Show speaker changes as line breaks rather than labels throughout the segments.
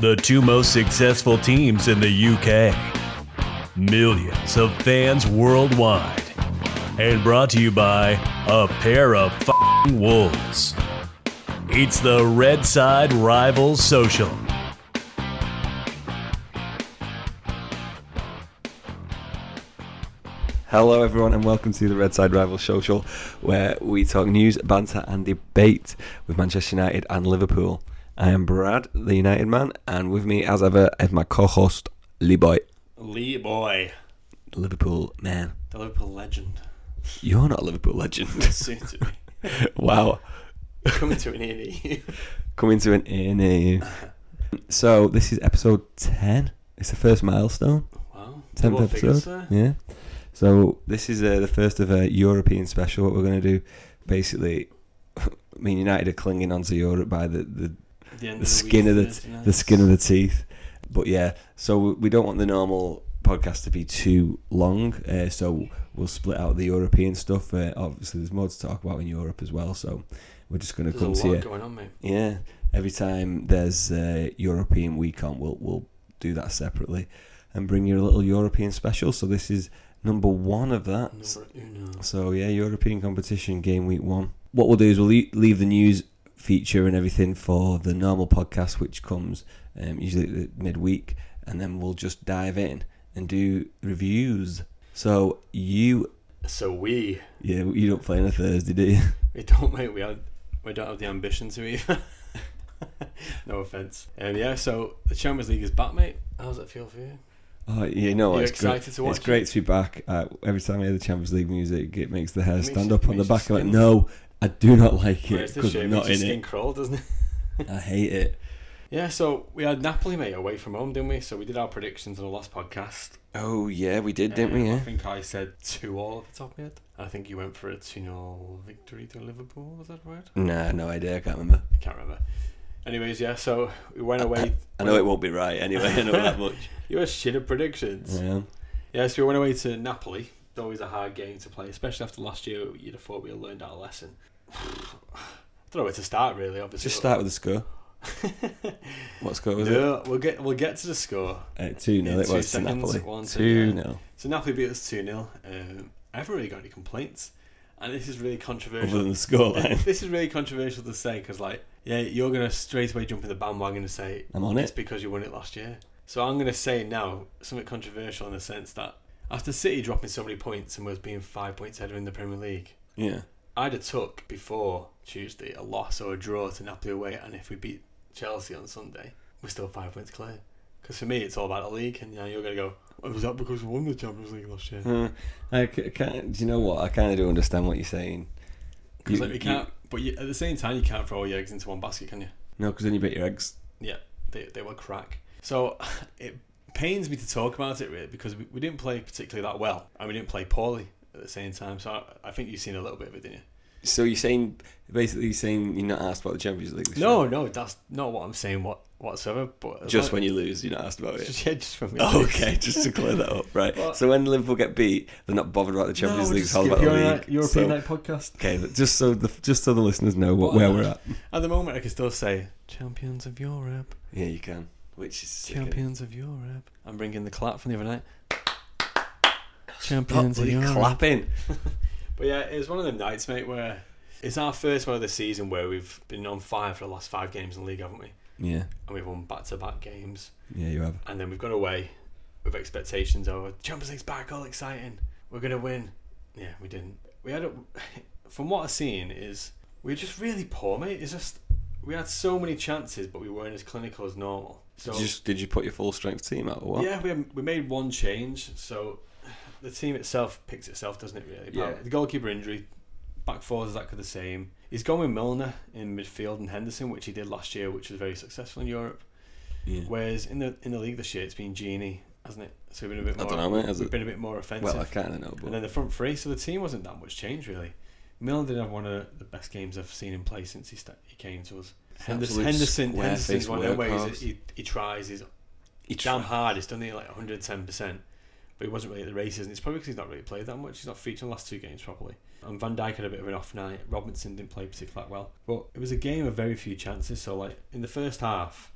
The two most successful teams in the UK. Millions of fans worldwide. And brought to you by a pair of f***ing wolves. It's the Red Side Rivals Social.
Hello, everyone, and welcome to the Red Side Rivals Social, where we talk news, banter, and debate with Manchester United and Liverpool. I am Brad, the United man, and with me, as ever, is my co host, Lee Boy,
Lee boy,
Liverpool man.
the Liverpool legend.
You're not a Liverpool legend.
Soon to be
wow.
coming to an end at you.
Coming to an ear near you. So, this is episode 10. It's the first milestone.
Wow.
10th
Double figures
episode. Yeah. So, this is uh, the first of a European special. What we're going to do, basically, I mean, United are clinging onto Europe by the, the
there. The, end
the
of
skin of
week
the
Thursday night.
the skin of the teeth. But yeah, so we- we don't want the normal podcast to be too long, uh, so we'll split out the European stuff. Uh, obviously, there's more to talk about in Europe as well, so we're just going to
There's a
come
lot
to you.
going on, mate.
Yeah, every time there's a European week on, we'll we'll do that separately and bring you a little European special. So this is number one of that.
Number uno.
So yeah, European competition game week one. What we'll do is we'll le- leave the news feature and everything for the normal podcast, which comes um, usually at the midweek, and then we'll just dive in and do reviews. So you,
So we
yeah, you don't play on a Thursday, do you?
we don't mate. We are we don't have the ambition to either. no offense. Um, yeah. So the Champions League is back, mate. How does it feel for you?
Oh, yeah, you know what?
You're
It's great.
excited to watch
It's great to be back. Uh, every time I hear the Champions League music, it makes the hair
makes
stand
you-
up on
it
the
makes you
back. I'm like,
skin-
no, I do not like
Well,
it
it's a
because
shame,
I'm
it's
not
your
in
skin
it.
crawl, doesn't it?
I hate it.
Yeah. So we had Napoli, mate, away from home, didn't we? So we did our predictions on the last podcast.
Oh yeah, we did,
Um, I think I said two all off the top of my head. I think you went for a 2 0 victory to Liverpool, was that right?
Nah, no idea. I can't remember.
I can't remember. Anyways, yeah, so we went away.
I know it won't be right anyway. I know that much.
You were shit at predictions.
Yeah.
Yeah, so we went away to Napoli. It's always a hard game to play, especially after last year. You'd have thought we had learned our lesson. I don't know where to start, really, obviously.
Just start with the score. what score was it?
no, we'll get we'll get to the score.
Uh, two 0
In
It was
two
to
seconds,
Napoli.
one
Two
second.
0
So Napoli beat us 2 0. Um, I haven't really got any complaints. And this is really controversial.
Other than the scoreline,
this is really controversial to say because, like, yeah, you're gonna straight away jump in the bandwagon and say
I'm on
it's
it.
because you won it last year. So I'm gonna say now something controversial in the sense that after City dropping so many points and was being five points ahead in the Premier League,
Yeah.
I'd have took before Tuesday a loss or a draw to Napoli away, and if we beat Chelsea on Sunday, we're still five points clear. Because for me, it's all about the league, and you know, you're gonna go, oh, was that because we won the Champions League last year?
Uh, I c- can't. Do you know what? I kind of do understand what you're saying.
Because
You-
like we
you-
can't, but you, at the same time, you can't throw all your eggs into one basket, can you?
No, because then you bet your eggs.
Yeah, they, they were crack. So it pains me to talk about it really because we, we didn't play particularly that well and we didn't play poorly at the same time. So I, I think you've seen a little bit of it, didn't you?
So you're saying basically you're saying you're not asked about the Champions League. This
No,
year?
no, that's not what I'm saying what whatsoever. But
Just when you lose, you're not asked about it.
just, yeah, just when we
Oh,
lose.
okay, just to clear that up, right?
Well-
so when Liverpool get beat, they're not bothered about the
No,
Champions
we'll
League.
just
It's all
skip
about the
Euro-
league. so,
European Night podcast.
okay, just so the just so the listeners know what,
What
where
on
we're
earth?
at.
At the moment, I can still say champions of Europe,
Yeah, you can. Which is sick, isn't it?
champions of Europe. I'm bringing the clap from the other night. Champions
Oh,
of
bloody
Europe.
clapping.
But yeah, it was one of them nights, mate, where it's our first one of the season where we've been on fire for the last five games in the league, haven't we?
Yeah,
And we've won back to back games.
yeah, you have.
And then we've gone away with expectations of Champions League's back, all exciting. We're going to win. Yeah, we didn't. We had, a, from what I've seen, is we were just really poor, mate. It's just, we had so many chances, but we weren't as clinical as normal. So,
Did you, just, did you put your full strength team out or what?
yeah, we, we made one change. So the team itself picks itself, doesn't it? Really.
Yeah.
The goalkeeper injury, back four is exactly the same. He's gone with Milner in midfield and Henderson, which he did last year, which was very successful in Europe.
Yeah.
Whereas in the in the league this year, it's been Genie, hasn't it? So we've been a bit
I
more.
don't know, mate. Has
We've
it?
been a bit more offensive.
Well, I kind of know,
and
but
then the front three, so the team wasn't that much change really. Milner did have one of the best games I've seen him play since he sta he came to us.
It's
Henderson,
absolute
Henderson, Henderson's
square-faced
one of them ways
workhorse.
that he, he tries, he's
he
damn hardest, doesn't he? Like 110%. But he wasn't really at the races, and it's probably because he's not really played that much. He's not featured in the last two games properly. And Van Dijk had a bit of an off night. Robinson didn't play particularly that well. But it was a game of very few chances. So, like, in the first half,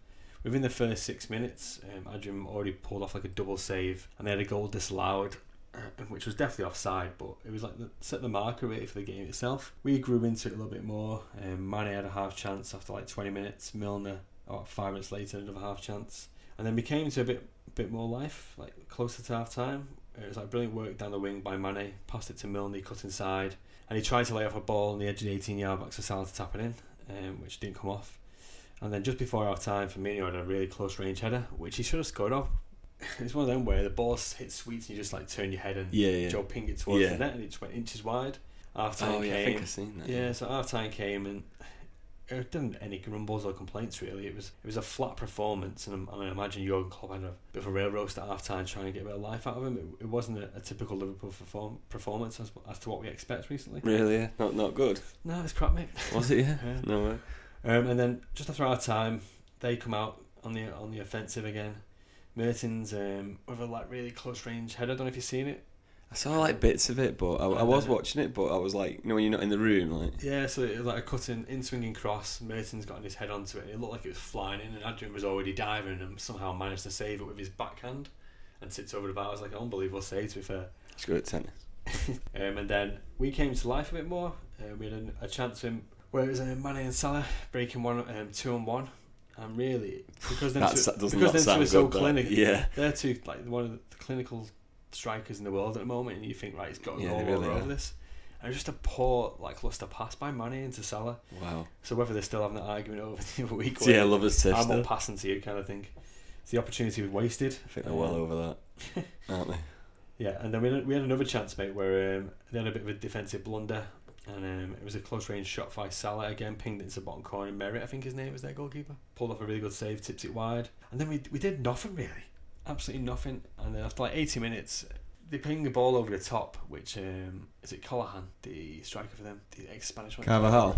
Within the first six minutes, um, Adrian already pulled off like a double save, and they had a goal disallowed, uh, which was definitely offside. But it was like the, set the marker really for the game itself. We grew into it a little bit more. Um, Mane had a half chance after like 20 minutes. Milner, oh, five minutes later, another half chance, and then we came to a bit bit more life, like closer to half time. It was like brilliant work down the wing by Mane. Passed it to Milner, he cut inside, and he tried to lay off a ball on the edge of the 18 yard box for Salah to tap it in, um, which didn't come off. And then just before half time, Firmino had a really close range header, which he should have scored off. it's one of them where the ball hits sweet and you just like turn your head and
Yeah, yeah.
Joe ping it towards
Yeah.
the net, and it just went inches wide. Half time
Oh yeah, I
came.
think I've seen that.
Yeah, so half time came and uh, it didn't any grumbles or complaints really. It was it was a flat performance, and I'm- I mean, I imagine Jurgen Klopp had a bit of a rail roast at half time trying to get a bit of life out of him. It, it wasn't a, a typical Liverpool perform, performance as, as to what we expect recently.
Really? Yeah. Not not good.
No, it's crap, mate.
Was it? Yeah.
Yeah.
No way.
Um, and then just after half time, they come out on the on the offensive again. Mertens um, with a like really close range header. I don't know if you've seen it.
I saw like bits of it, but I, I was watching it, but I was like, you know, when you're not in the room, like.
Yeah, so it was like a cutting, in swinging cross. Mertens got his head onto it, and it looked like it was flying in. And Adrian was already diving, and somehow managed to save it with his backhand, and sits over the bar. It was like an unbelievable save, to be fair.
It's good at tennis.
Um, and then we came to life a bit more. Uh, we had an, a chance in where it was uh, Mane and Salah breaking one, um, two and one, and really because them
That's,
two,
that does
because
not
them two
sound
are
good.
so
but-
clinical.
Yeah.
They're two like one of the clinical strikers in the world at the moment, and you think right, he's got to
Yeah,
go
they
all
really
over
are.
this. And just a poor like luster pass by Mane into Salah.
Wow.
So whether they're still having that argument over the other week,
So, yeah,
where
love us
I'm
sister.
not passing to you, kind of thing. So the opportunity was wasted.
I think they're well over that, aren't they?
Yeah, and then we had, we had another chance, mate, where um, they had a bit of a defensive blunder, and um, it was a close range shot by Salah again, pinged it into the bottom corner. Merritt, I think his name was their goalkeeper, pulled off a really good save, tipped it wide, and then we we did nothing really, absolutely nothing. And then after like eighty minutes, they pinged the ball over the top, which um, is it Callahan, the striker for them, the ex Spanish one.
Carvajal.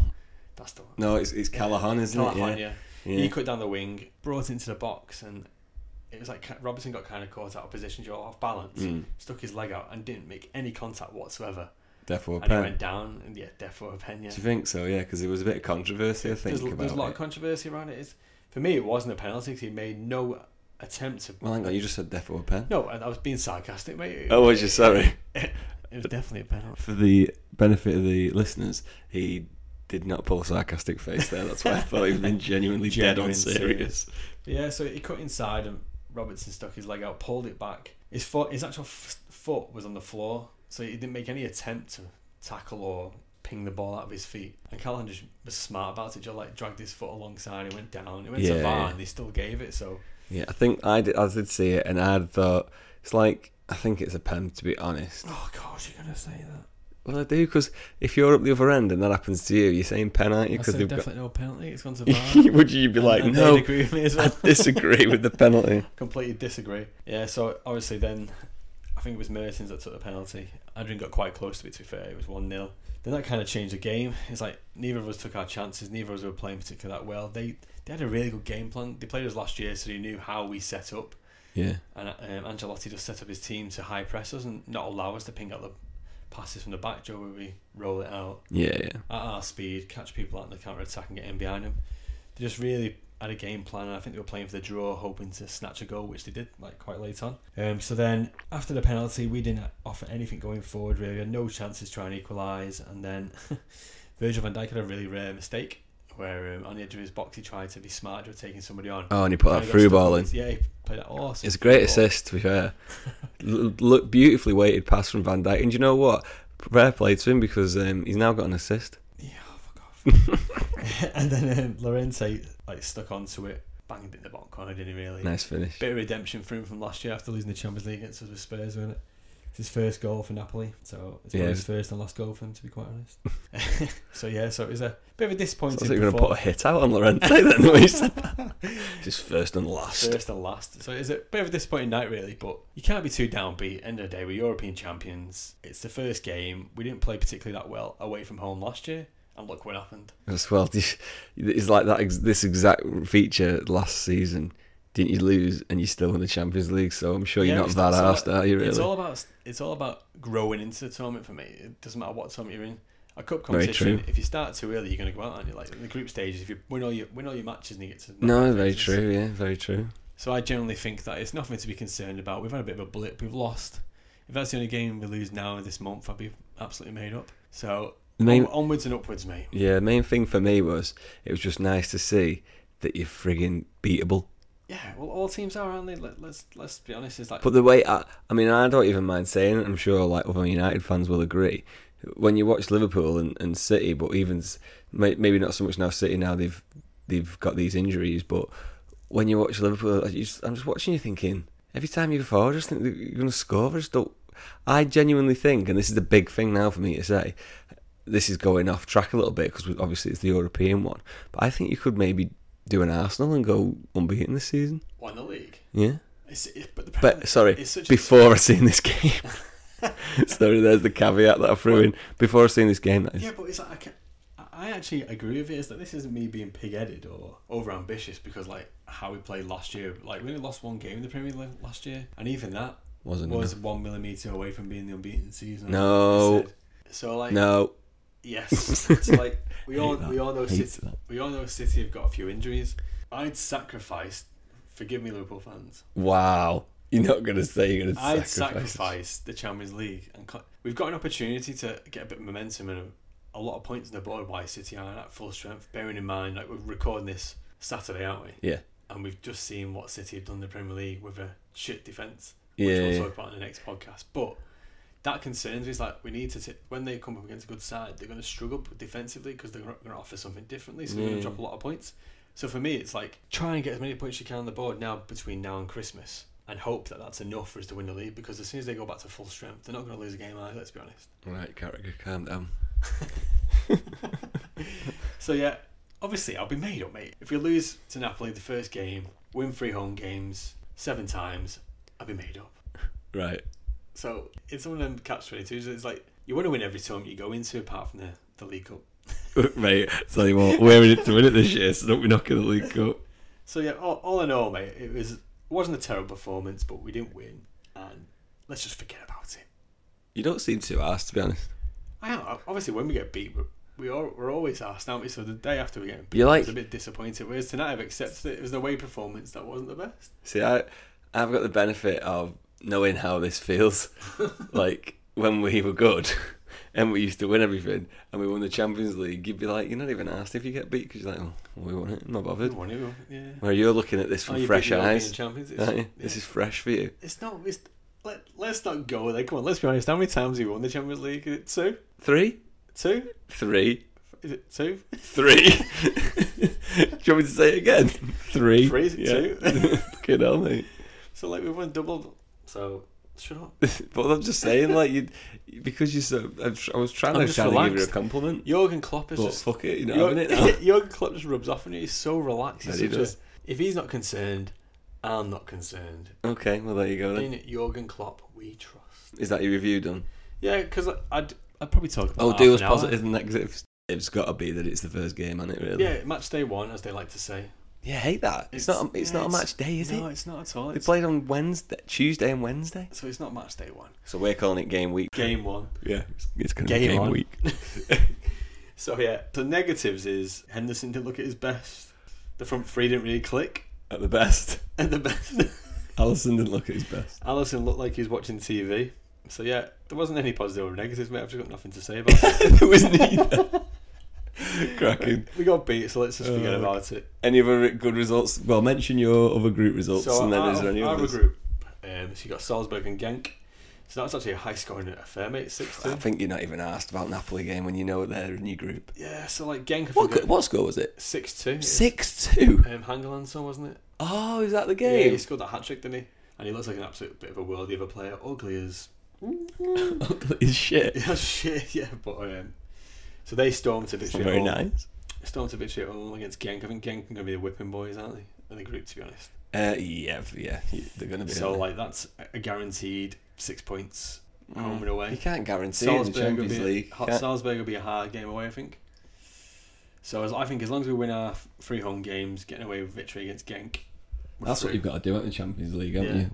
That's the one.
No, it's it's Callahan, isn't
Callahan,
it?
yeah.
Yeah.
He cut down the wing, brought it into the box, and it was like Robertson got kind of caught out of position, Joe, off balance
Mm,
stuck his leg out and didn't make any contact whatsoever.
therefore,
and he
pen.
went down, and yeah, therefore a pen. Yeah,
Do you think so? Yeah, because there was a bit of controversy. I think
there's,
about
there's a lot
it.
of controversy around it. It's, for me, it wasn't a penalty 'cause he made no attempt to.
Well, hang on. You just said therefore pen.
No, I, I was being sarcastic, mate.
Oh, uh, was you sorry?
It was definitely a penalty.
For the benefit of the listeners, he did not pull a sarcastic face there. That's why I thought he'd been genuinely dead on
Genuine
serious.
But yeah, so he cut inside, and Robertson stuck his leg out, pulled it back. His foot, his actual f- foot was on the floor, so he didn't make any attempt to tackle or ping the ball out of his feet. And Callahan just was smart about it. Just like dragged his foot alongside, it went down. It went
Yeah,
to VAR,
yeah.
and they still gave it. So
Yeah, I think I did, I did see it, and I had thought it's like I think it's a pen to be honest.
Oh God, you're gonna say that?
Well, I do because if you're up the other end and that happens to you, you're saying pen, aren't you?
I
Because
said
they've got.
definitely no penalty. It's gone to VAR.
Would you be like,
And
no,
they'd agree with me as
I
well.
disagree with the penalty?
Completely disagree. Yeah, so obviously then, I think it was Mertens that took the penalty. Adrian got quite close to it. To be fair, it was one 0 Then that kind of changed the game. It's like neither of us took our chances. Neither of us were playing particularly that well. They they had a really good game plan. They played us last year, so they knew how we set up.
Yeah,
And um, Angelotti just set up his team to high press us and not allow us to ping out the passes from the back. Joe, where we roll it out.
yeah, yeah.
at our speed, catch people out in the counter attack and get in behind them. They just really had a game plan, and I think they were playing for the draw, hoping to snatch a goal, which they did like quite late on. Um, so then after the penalty, we didn't offer anything going forward. Really, we had no chances trying to equalise, and then Virgil Van Dijk had a really rare mistake where um, on the edge of his box he tried to be smart with taking somebody on.
Oh, and he put
Kinda
that
got
through
stuck
ball in.
with- Yeah, he played that awesome.
It's a great
ball.
assist, to be fair. L- Look, beautifully weighted pass from Van Dijk, and you know what? Fair play to him because um, he's now got an assist.
Yeah, oh, fuck off. and then um, Lorente like stuck onto it, banged it in the bottom corner, didn't he? Really.
Nice finish.
Bit of redemption for him from last year after losing the Champions League against us with Spurs, wasn't it? It's his first goal for Napoli, so it's
Yeah.
probably his first and last goal for him, to be quite honest. so yeah, so it was a bit of
So
a
I
disappointing.
thought you were going to put a
performance,
hit out on Lorente then when you said that. Just first and last.
first and last. So it was a bit of a disappointing night, really. But you can't be too downbeat. End of the day, we're European champions. It's the first game. We didn't play particularly that well away from home last year, and look what happened.
As well, just- it's like that. ex- This exact feature last season, didn't you lose and you still won the Champions League? So I'm sure you're
Yeah,
not
it's-
that
it's all-
arsed, are you? Really?
It's all about it's all about growing into the tournament for me. It doesn't matter what tournament you're in. A cup
Very
competition.
true.
If you start too early, you're going to go out, aren't you? Like in the group stages, if you win all your win all your matches and you get to the
No,
knockout
very
phases.
true. Yeah, very true.
So I generally think that it's nothing to be concerned about. We've had a bit of a blip. We've lost. If that's the only game we lose now this month, I'd be absolutely made up. So
The main,
on- onwards and upwards, mate.
yeah, the main thing for me was it was just nice to see that you're frigging beatable.
Yeah, well, all teams are, aren't they? Let, let's let's be honest. It's like
But the way I, I mean, I don't even mind saying it. I'm sure like other United fans will agree. When you watch Liverpool and, and City, but even s- may- maybe not so much now City now they've they've got these injuries, but when you watch Liverpool, I just, I'm just watching you thinking every time you go forward, I just think that you're going to score. I just don't. I genuinely think, and this is the big thing now for me to say, this is going off track a little bit because obviously it's the European one, but I think you could maybe do an Arsenal and go unbeaten this season.
won the league.
Yeah.
It's, it, but the Premier
But
League
sorry,
is such a-
before I seen this game. sorry, there's the caveat that I threw in. Before I seen this game, that is.
yeah, but it's like I, can, I actually agree with it. Is that this isn't me being pig-headed or over-ambitious because like how we played last year, like we only lost one game in the Premier League last year, and even that
Wasn't
was one millimeter away from being the unbeaten season.
No.
So like
no.
Yes, it's like we all
Hate that.
we all know
Hate
City,
that.
we all know City have got a few injuries. I'd sacrifice. Forgive me, Liverpool fans.
Wow. You're not gonna say you're gonna
I'd
sacrifice.
sacrifice the Champions League, and co- we've got an opportunity to get a bit of momentum and a, a lot of points on the board. Why City aren't at full strength? Bearing in mind, like we're recording this Saturday, aren't we?
Yeah.
And we've just seen what City have done in the Premier League with a shit defense, which
Yeah.
we'll
yeah.
talk about in the next podcast. But that concerns me. It's like we need to t- when they come up against a good side, they're going to struggle defensively because they're going to offer something differently, so they're going
Yeah.
to drop a lot of points. So for me, it's like try and get as many points as you can on the board now between now and Christmas, and hope that that's enough for us to win the league. Because as soon as they go back to full strength, they're not going to lose a game either. Let's be honest.
Right, Carragher, calm down.
So yeah, obviously I'll be made up, mate. If we lose to Napoli the first game, win three home games seven times, I'll be made up.
Right.
So it's one of them catch twenty twos. It's like you want to win every time you go into, apart from the the League Cup.
Mate, tell you what, we're in it to win it this year, so don't be knocking the league up.
So yeah, all, all in all, mate, it was it wasn't a terrible performance, but we didn't win, and let's just forget about it.
You don't seem too arsed to be honest.
I am obviously when we get beat, we- we are we're always asked, aren't we? So the day after we get beat,
You're
I
like-
was a bit disappointed. Whereas tonight, I've accepted it. It was an away performance that wasn't the best.
See, I, I've got the benefit of knowing how this feels. like when we were good and we used to win everything and we won the Champions League, you'd be like, you're not even asked if you get beat because you're like, oh, we won it, I'm not bothered.
One nil, yeah.
Where you're looking at this
Oh,
from
you beat
fresh
the European
eyes,
champions. It's,
aren't you? This
yeah.
is fresh for you.
It's not. It's, let let's not go there. Come on, let's be honest. How many times have you won the Champions League? Is it two,
Three,
two,
three,
is it two?
three. Do you want me to say it again? Three,
Three, is it two?
Fucking hell, mate.
so like we've won double. So shut up.
But I'm just saying, like you, because you're so. I'm tr- I was trying,
I'm
to,
just
trying to give you a
relaxed.
compliment,
Jurgen Klopp is
but
just
fuck it, you're not
Jur-
having it now.
Jurgen Klopp just rubs off on you. He's so relaxed. He's
Yeah, he
such a-
does.
if he's not concerned, I'm not concerned.
okay, well there you go. Then.
In Jurgen Klopp, we trust.
Is that your review done?
Yeah, because I'd I'd probably talk about.
Oh,
half
do us
an hour.
positive and negatives. It's got to be that it's the first game, hasn't it? Really?
Yeah, match day one, as they like to say.
Yeah, I hate that. It's, not. A, it's
yeah,
not a match day, is
no,
it?
it's not at all.
They
It's,
played on Wednesday, Tuesday, and Wednesday.
so it's not match day one.
So we're calling it game week.
Game one.
Yeah, it's, it's going
Game on.
week.
So yeah, the negatives is Henderson didn't look at his best. The front three didn't really click.
At the best,
And the best,
Allison didn't look at his best.
Allison looked like he was watching TV. So yeah, there wasn't any positive or negatives, mate. I've just got nothing to say about it.
there was neither. Cracking.
We got beat, so let's just forget
Oh,
about it.
Any other re- good results? Well, mention your other group results,
So
and then
our,
is there any
our
others?
group, um, so you got Salzburg and Genk. So that's actually a high scoring affair, mate. Six
I
two.
think you're not even asked about Napoli game when you know they're in your group.
Yeah, so like Genk. I
What
think
go- what score was it?
Six two.
Six two.
Um, Hangelandson wasn't it?
Oh, is that the
Yeah,
game?
he scored that hat trick, didn't he? And he looks like an absolute bit of a worldie of a player. Ugly as
Ugly as shit.
Yeah, shit, yeah, but um, so they stormed to
It's
victory.
not
at
very
home.
nice.
Stormed to victory at home against Genk. I think Genk are gonna be the whipping boys, aren't they? In the group, to be honest.
Uh, yeah, yeah, you- they're gonna be.
So
aren't
like that's a guaranteed six points
they?
home and
you
away.
can't guarantee Mm. it in the
Salzburg will
Champions
be
League.
hot-
Can't-
Salzburg will be a hard game away, I think. So as, I think as long as we win our three home games, getting away with victory against Genk. we're
That's what
through.
you've got to do at the Champions League, haven't
Yeah.
you?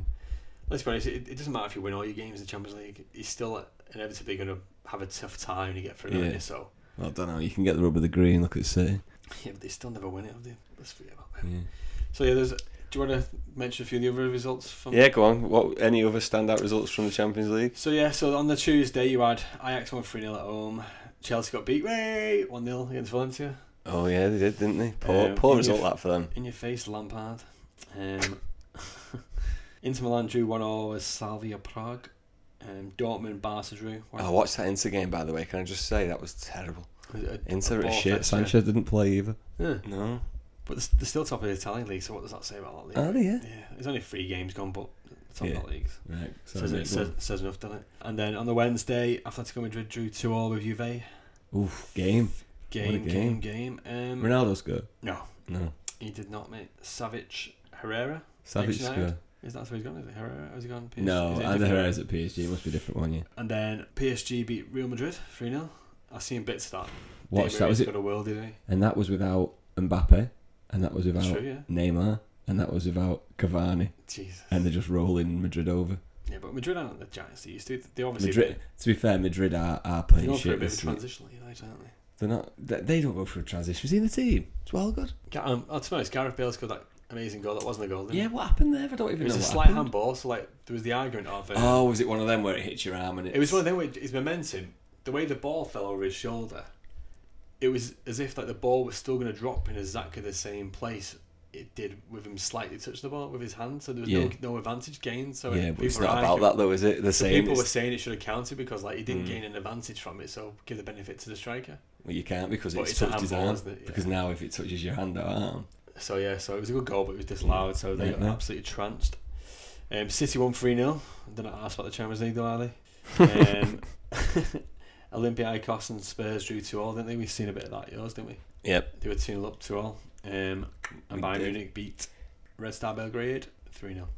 Let's be honest, it, it doesn't matter if you win all your games in the Champions League. You're still inevitably going to have a tough time to get through.
Yeah.
don't you? So
Well, I don't know. You can get the rub of the green. Look at City.
yeah, but they still never win it, have they? Let's forget about that.
Yeah.
So yeah, there's. Do you want to mention a few of the other results from?
yeah, go on. What any other standout results from the Champions League?
So yeah, so on the Tuesday you had Ajax won three 0 at home. Chelsea got beat way one 0 against Valencia.
Oh yeah, they did, didn't they? Poor,
Um,
poor
in
result
your-
that for them.
In your face, Lampard. Um, Inter Milan drew one 0 with Salvia Prague. Um, Dortmund Barca drew.
I watched that Inter game by the way. Can I just say that was terrible?
Was it a-
Inter
a
is
ball
shit.
fest, yeah.
Sanchez didn't play either.
Uh, Yeah.
No.
But they're they're still top of the Italian league, so what does that say about that league?
Are they? Yeah.
yeah, there's only three games gone, but top
Yeah.
of that league.
Right. So
Says, it, says, says enough, doesn't it? And then on the Wednesday, Atletico Madrid drew 2 all with Juve. Game,
Oof. Game.
game,
game.
game. Um,
Ronaldo scored.
No,
No.
he did not, mate. Savic Herrera.
Savage
Manchester
scored.
United? Is that where he's gone? Is it Herrera? Has he gone? PSG?
No,
Is it a
and
different-
Herrera's at PSG. Must be a different one, yeah.
And then PSG beat Real Madrid 3 0. I seen bits of that.
Watch
Di
that was
Maria's
it,
Got a world, did he?
and that was without Mbappe, and that was
That's
without
true, yeah.
Neymar, and that was without Cavani,
Jeez.
and they're just rolling Madrid over.
Yeah, but Madrid aren't the giants they used to. They obviously
Madrid. To be fair, Madrid are, are
They, they
playing
go through a
shit.
bit of
This
a
season.
transitional United, aren't they?
They're not. They, they don't go through a transition. See the team. It's well good.
Ga- Um, oh, to be honest, Gareth Bale scored that amazing goal. That wasn't a goal, didn't
Yeah,
it?
what happened there? I don't
It
even
was
know.
a
what
slight
happened.
handball, so like there was the argument of uh,
Oh, was it one of them where it hits your arm and it's...
it was one of them where his momentum, the way the ball fell over his shoulder, it was as if like the ball was still going to drop in exactly the same place it did with him slightly touching the ball with his hand, so there was
Yeah.
no no advantage gained. So
Yeah, but it's
people were
not about
arguing-
that though, is it? They're
So
saying
people
it's-
were saying it should have counted because like he didn't
Mm.
gain an advantage from it, so give the benefit to the striker.
well, you can't because
But
it's,
it's a
touched his
handball,
arm.
isn't it? Yeah.
Because now if it touches your hand or arm,
So yeah, so it was a good goal, but it was disallowed, so they got
Nightmare.
absolutely trounced. Um, City won 3 0. They're not asked about the Champions League, though, are they? Um, Olympiacos and Spurs drew 2 all, didn't they? We've seen a bit of that yours, didn't we?
yep,
They were 2 0 up 2 all. Um,
We
and Bayern
did.
Munich beat Red Star Belgrade 3 0.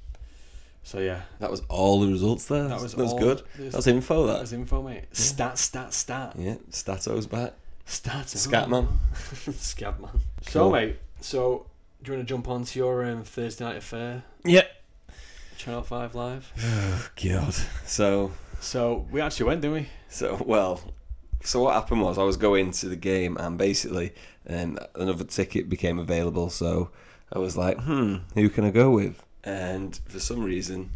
So yeah,
that was all the results there.
that was,
that was
all-
good.
That was,
That was info.
that
That
was info, mate. Stat, stat, stat.
yeah, Stato's back.
Stat.
Scatman.
Scatman. So,
Cool.
mate, so do you want to jump on to your um, Thursday night affair?
Yep.
Channel 5 Live.
God. So,
So we actually went, didn't we?
so well, so what happened was I was going to the game and basically, um, another ticket became available. So I was like, hmm, who can I go with? And for some reason,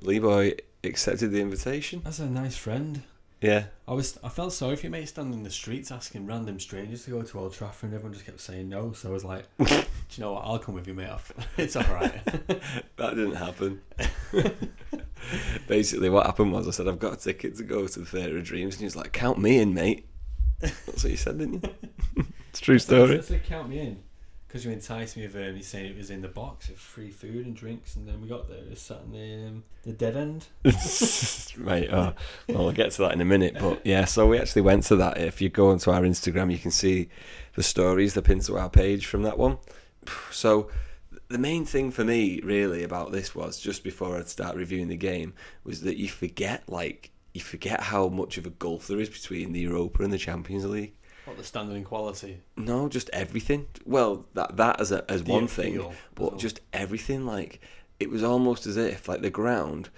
Lee Boy accepted the invitation.
That's a nice friend.
Yeah.
I was I felt sorry for you, mate, standing in the streets asking random strangers to go to Old Trafford and everyone just kept saying no. So I was like, do you know what? I'll come with you, mate. I'll- It's all right.
That didn't happen. Basically, what happened was I said, I've got a ticket to go to the Theatre of Dreams. And he was like, Count me in, mate. That's what you said, didn't you? it's a true story.
Just to count me in. Because you enticed me with um, you saying it was in the box with free food and drinks, and then we got there, it was sat in the, um, the dead end.
right. Oh, well, we'll get to that in a minute. But yeah, so we actually went to that. If you go onto our Instagram, you can see the stories that pinned to our page from that one. So the main thing for me, really, about this was just before I'd start reviewing the game, was that you forget, like, you forget how much of a gulf there is between the Europa and the Champions League.
What the standard in quality.
No, just everything. Well, that that as a, as
The
one
appeal
thing,
as
but
well.
just everything. Like it was almost as if like the ground.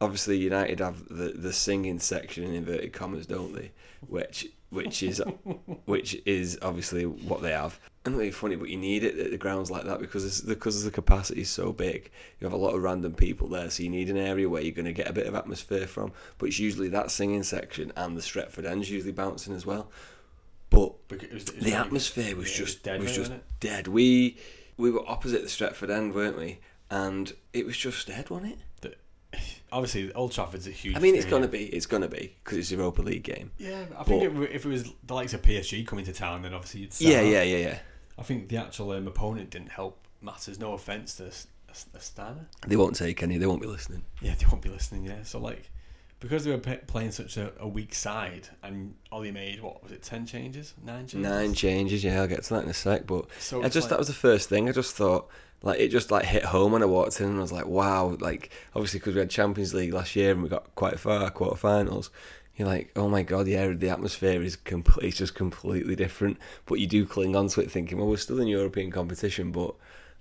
Obviously, United have the, the singing section in inverted commas, don't they? Which which is which is obviously what they have. And it'd be funny, but you need it at the grounds like that because it's, because the capacity is so big. You have a lot of random people there, so you need an area where you're going to get a bit of atmosphere from. But it's usually that singing section and the Stretford End's usually bouncing as well. But
Because it was, it was
the
really-
atmosphere was
yeah, it
just
dead,
was
mate,
just
wasn't it?
dead. We we were opposite the Stretford end, weren't we? And it was just dead, wasn't it?
Obviously, Old Trafford's a huge.
I mean, it's
stadium.
gonna be, it's gonna be, because it's a Europa League game.
Yeah, I
But-
think it, w- if it was the likes of PSG coming to town, then obviously you'd. sell
yeah,
out.
yeah, yeah, yeah.
I think the actual um, opponent didn't help matters. No offense to S- S- Astana.
They won't take any. They won't be listening.
Yeah, they won't be listening. Yeah, so like because they were p- playing such a, a weak side, and Ollie made what was it, ten changes, nine changes,
Nine changes. Yeah, I'll get to that in a sec. But
So
I
it's
just
like-
that was the first thing. I just thought like it just like hit home when I walked in and I was like, wow. Like obviously because we had Champions League last year and we got quite far quarterfinals. You're like, oh my god, yeah. The atmosphere is complete. It's just completely different. But you do cling on to it, thinking, well, we're still in European competition, but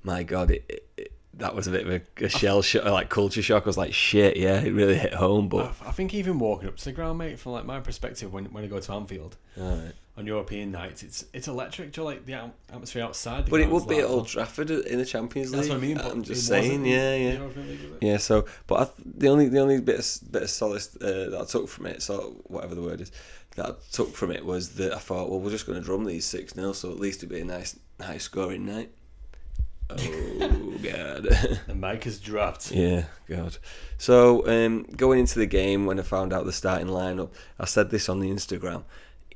my god, it. it, it that was a bit of a, a shell shock, like culture shock. I was like, shit, yeah, it really hit home.
I,
But
I think even walking up to the ground, mate, from like my perspective, when when I go to Anfield
Alright.
on European nights, it's it's electric. Do you like the atm- atmosphere outside? The
but it
ground's
would be at
like-
Old Trafford in the Champions League.
That's what I mean. But
I'm
it
just
wasn't
saying,
in
yeah,
the
yeah.
European League, was it?
Yeah, so but I, th- the only the only bit of, bit of solace uh, that I took from it, so whatever the word is, that I took from it was that I thought, well, we're just going to drum these six 0 so at least it'd be a nice high scoring night. Oh god,
The mic is dropped.
yeah, god. So um, going into the game, when I found out the starting lineup, I said this on the Instagram.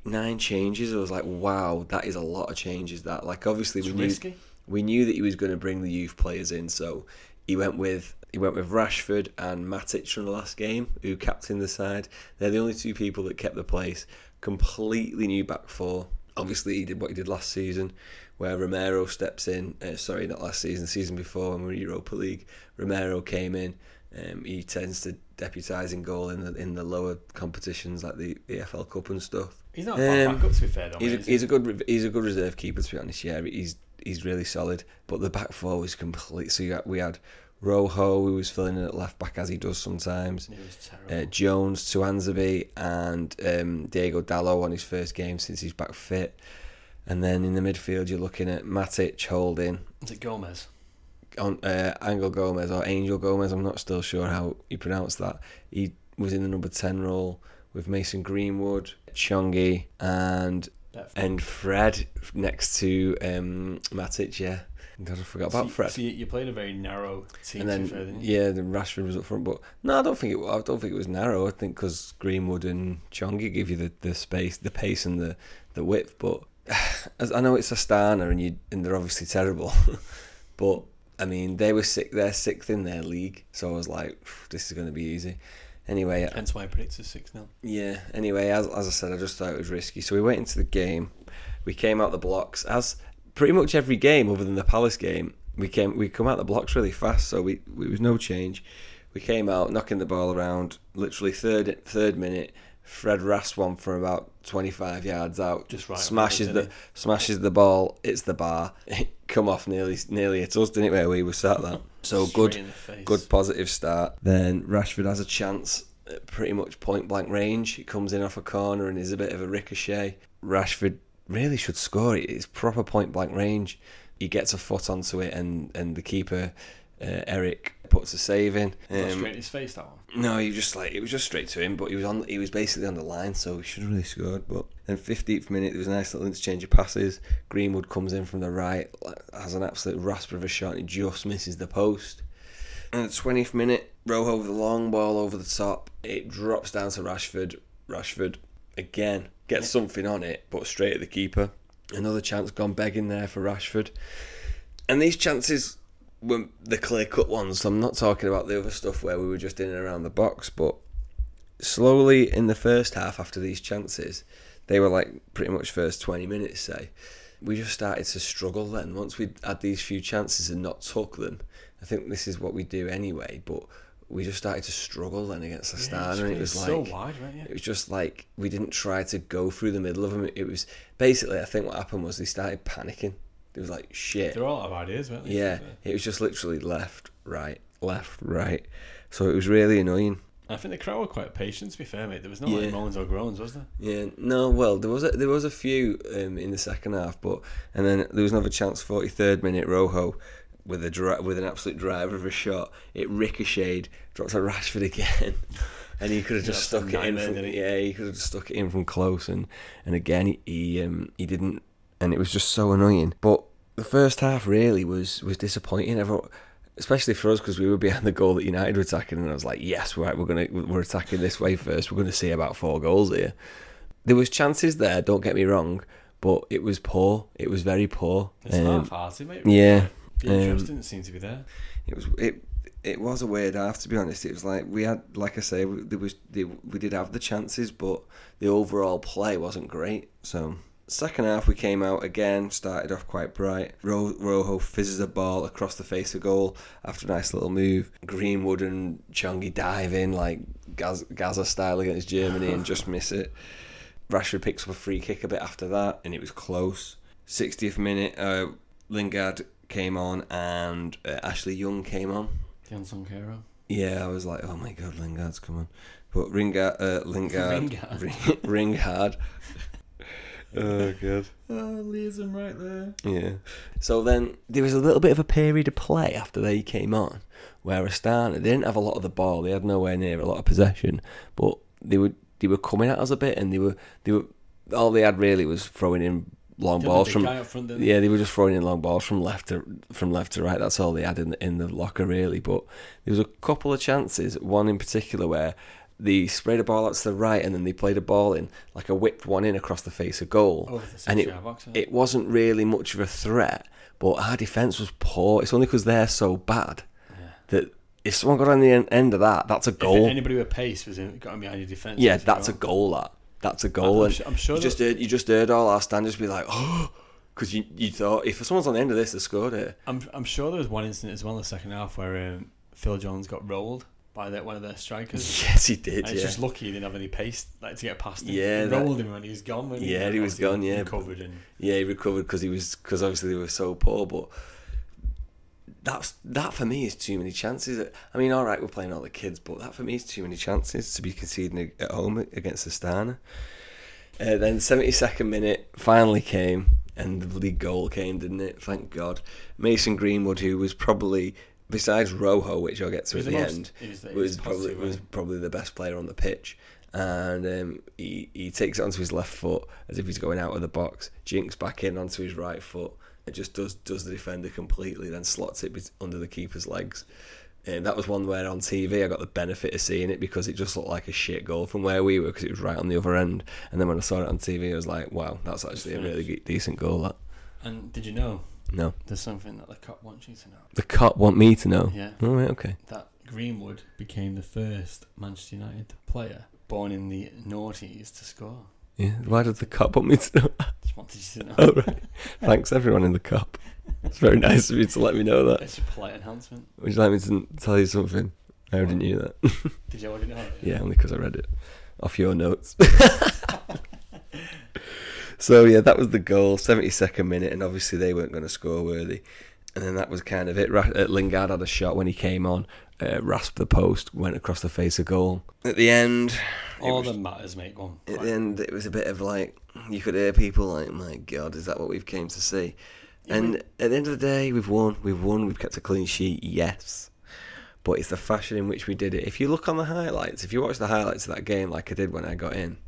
Nine changes. I was like, wow, that is a lot of changes. That like obviously
It's
we knew
risky.
we knew that he was going to bring the youth players in, so he went with he went with Rashford and Matic from the last game, who captained the side. They're the only two people that kept the place. Completely new back four. Obviously, he did what he did last season, where Romero steps in. Uh, sorry, not last season, the season before when we were Europa League. Romero came in. Um, he tends to deputise in goal in the in the lower competitions like the, the FL Cup and stuff.
He's not a bad
Um,
backup, to be fair, though.
He's a,
mate, is he?
he's a good re- he's a good reserve keeper to be honest. Yeah, he's he's really solid. But the back four was complete. So you had, we had Rojo, who was filling in at left back as he does sometimes.
It was terrible.
Uh, Jones, Tuanzabi, and um, Diego Dallo on his first game since he's back fit. And then in the midfield, you're looking at Matic holding
Is it Gomez?
on uh, Angel Gomez or Angel Gomez. I'm not still sure how you pronounce that. He was in the number ten role with Mason Greenwood, Chongi, and
That-
and Fred next to um, Matic, yeah. God, I forgot
So
about
you-
Fred.
So you, you played a very narrow team,
and
to be fair,
then
didn't you?
yeah, then Rashford was up front, but no, I don't think it. I don't think it was narrow. I think because Greenwood and Chongi give you the, the space, the pace, and the, the width. But as I know it's Astana, and you and they're obviously terrible. but I mean, they were sick. They're sixth in their league, so I was like, this is going to be easy. Anyway,
Hence why I predicted 6 0.
yeah. Anyway, as, as I said, I just thought it was risky. So we went into the game. We came out the blocks as pretty much every game, other than the Palace game. We came we come out the blocks really fast. So we, we it was no change. We came out knocking the ball around. Literally third third minute. Fred Raswan from about twenty five yards out
Just right up
smashes
the
the
middle, didn't
smashes the ball. It's the bar. It come off nearly nearly at us, didn't it? Where we were sat that. So
Straight
good
in the face.
good positive start. Then Rashford has a chance at pretty much point blank range. It comes in off a corner and is a bit of a ricochet. Rashford really should score it. It's proper point blank range. He gets a foot onto it and, and the keeper, uh, Eric, puts a save in.
Got
Um,
straight in his face, that one.
no, he just like it was just straight to him, but he was on. He was basically on the line, so he should have really scored. But then fifteenth minute, there was a nice little interchange of passes. Greenwood comes in from the right, like, has an absolute rasper of a shot, and he just misses the post. And the twentieth minute, Rojo with the long ball over the top, it drops down to Rashford. Rashford again gets something on it, but straight at the keeper. Another chance gone begging there for Rashford. And these chances were the clear cut ones. So I'm not talking about the other stuff where we were just in and around the box. But slowly in the first half, after these chances, they were like pretty much first 20 minutes, say. We just started to struggle then. Once we had these few chances and not took them, I think this is what we do anyway. But we just started to struggle then against Astana, and it was like
so wide, weren't you?
it was just like we didn't try to go through the middle of them. It was basically, I think what happened was they started panicking. It was like, shit.
They're all out of ideas, weren't they?
Yeah, it was just literally left, right, left, right. So it was really annoying.
I think the crowd were quite patient, to be fair, mate. There was no
Yeah.
like moans or groans, was there?
Yeah, no, well, there was a, there was a few um, in the second half, but and then there was another chance, forty third minute Rojo with a dri- with an absolute driver of a shot. It ricocheted, dropped to Rashford again, and he could have just
That's a
stuck it in.
nightmare,
From,
didn't he?
yeah, he could have just stuck it in from close, and and again he he, um, he didn't, and it was just so annoying. But the first half really was was disappointing. Everyone. Especially for us because we were behind the goal that United were attacking, and I was like, "Yes, right, we're gonna we're attacking this way first. We're gonna see about four goals here." there was chances there. Don't get me wrong, but it was poor. It was very poor.
It's
Um,
half-hearted, mate.
yeah,
The interest
um,
didn't seem to be there.
it was it. It was a weird half, to be honest. It was like we had, like I say, we, there was the we did have the chances, but the overall play wasn't great. So second half we came out again, started off quite bright. Ro- Rojo fizzes a ball across the face of goal after a nice little move. Greenwood and Chongi dive in like Gaz- Gaza style against Germany and just miss it. Rashford picks up a free kick a bit after that, and it was close. 60th minute, uh, Lingard came on and uh, Ashley Young came on.
The unsung hero.
Yeah, I was like, oh my god, Lingard's coming. But Ringard, uh, Lingard,
Ringard.
Ring, Ringard. oh god.
Oh, leaves him right there.
Yeah. So then there was a little bit of a period of play after they came on, where Astana they didn't have a lot of the ball. They had nowhere near a lot of possession, but they were they were coming at us a bit, and they were they were all they had really was throwing in long
They had the
balls
big
from
guy up front, didn't they?
yeah they were just throwing in long balls from left to from left to right. That's all they had in the, in the locker really. But there was a couple of chances, one in particular where. They sprayed a ball out to the right, and then they played a ball in like a whipped one in across the face of goal,
Over the six
and it
yard box. isn't it?
it wasn't really much of a threat, but our defence was poor. It's only because they're so bad that if someone got on the en- end of that, that's a
If
goal.
anybody with pace was in, got him behind your defence.
Oh. yeah,
it's
that's a
goal.
goal. That that's a goal.
I'm
and
su- I'm sure
you just heard, you just heard all our standards be like, oh, because you you thought if someone's on the end of this, they scored it.
I'm I'm sure there was one incident as well in the second half where um, Phil Jones got rolled by that one of their strikers.
Yes, he did.
And it's
yeah.
just lucky he didn't have any pace like to get past him.
Yeah,
he
that-
rolled him and he was gone. wasn't
Yeah, he was
Obviously
gone, yeah.
recovered and
Yeah, he recovered because he was because obviously they were so poor. But that's that for me is too many chances. I mean, all right, we're playing all the kids, but that for me is too many chances to be conceding a- at home against Astana. Uh, then seventy second minute finally came, and the league goal came, didn't it? Thank God. Mason Greenwood, who was probably besides Rojo, which I'll get to
He was
at
the
the,
most-
end,
he was the- he was
was
positive,
probably was
wasn't
probably the best player on the pitch. And um, he, he takes it onto his left foot as if he's going out of the box, jinks back in onto his right foot. It just does does the defender completely, then slots it bet- under the keeper's legs. And that was one where on TV I got the benefit of seeing it because it just looked like a shit goal from where we were because it was right on the other end. And then when I saw it on TV, I was like, wow, that's actually a really ge- decent goal. That
and did you know
no,
there's something that the cop wants you to know?
the cop want me to know.
Yeah,
All right, okay.
that Greenwood became the first Manchester United player born in the noughties to score.
Yeah, why does the cop want me to know?
Just wanted you to know.
Oh, right. Thanks, everyone in the cup. It's very nice of you to let me know that.
It's a polite enhancement.
Would you like me to n- tell you something? I already knew that.
Did you already know?
Yeah, only because I read it off your notes. so, yeah, that was the goal, 72nd minute, and obviously they weren't going to score, were they? And then that was kind of it. Ra- uh, Lingard had a shot when he came on, uh, rasped the post, went across the face of goal. At the end, it
All
was-
that matters, mate. Go on.
at the end, it was a bit of like you could hear people like, "My God, is that what we've came to see?" And at the end of the day, we've won. We've won. We've kept a clean sheet. Yes, but it's the fashion in which we did it. If you look on the highlights, if you watch the highlights of that game, like I did when I got in,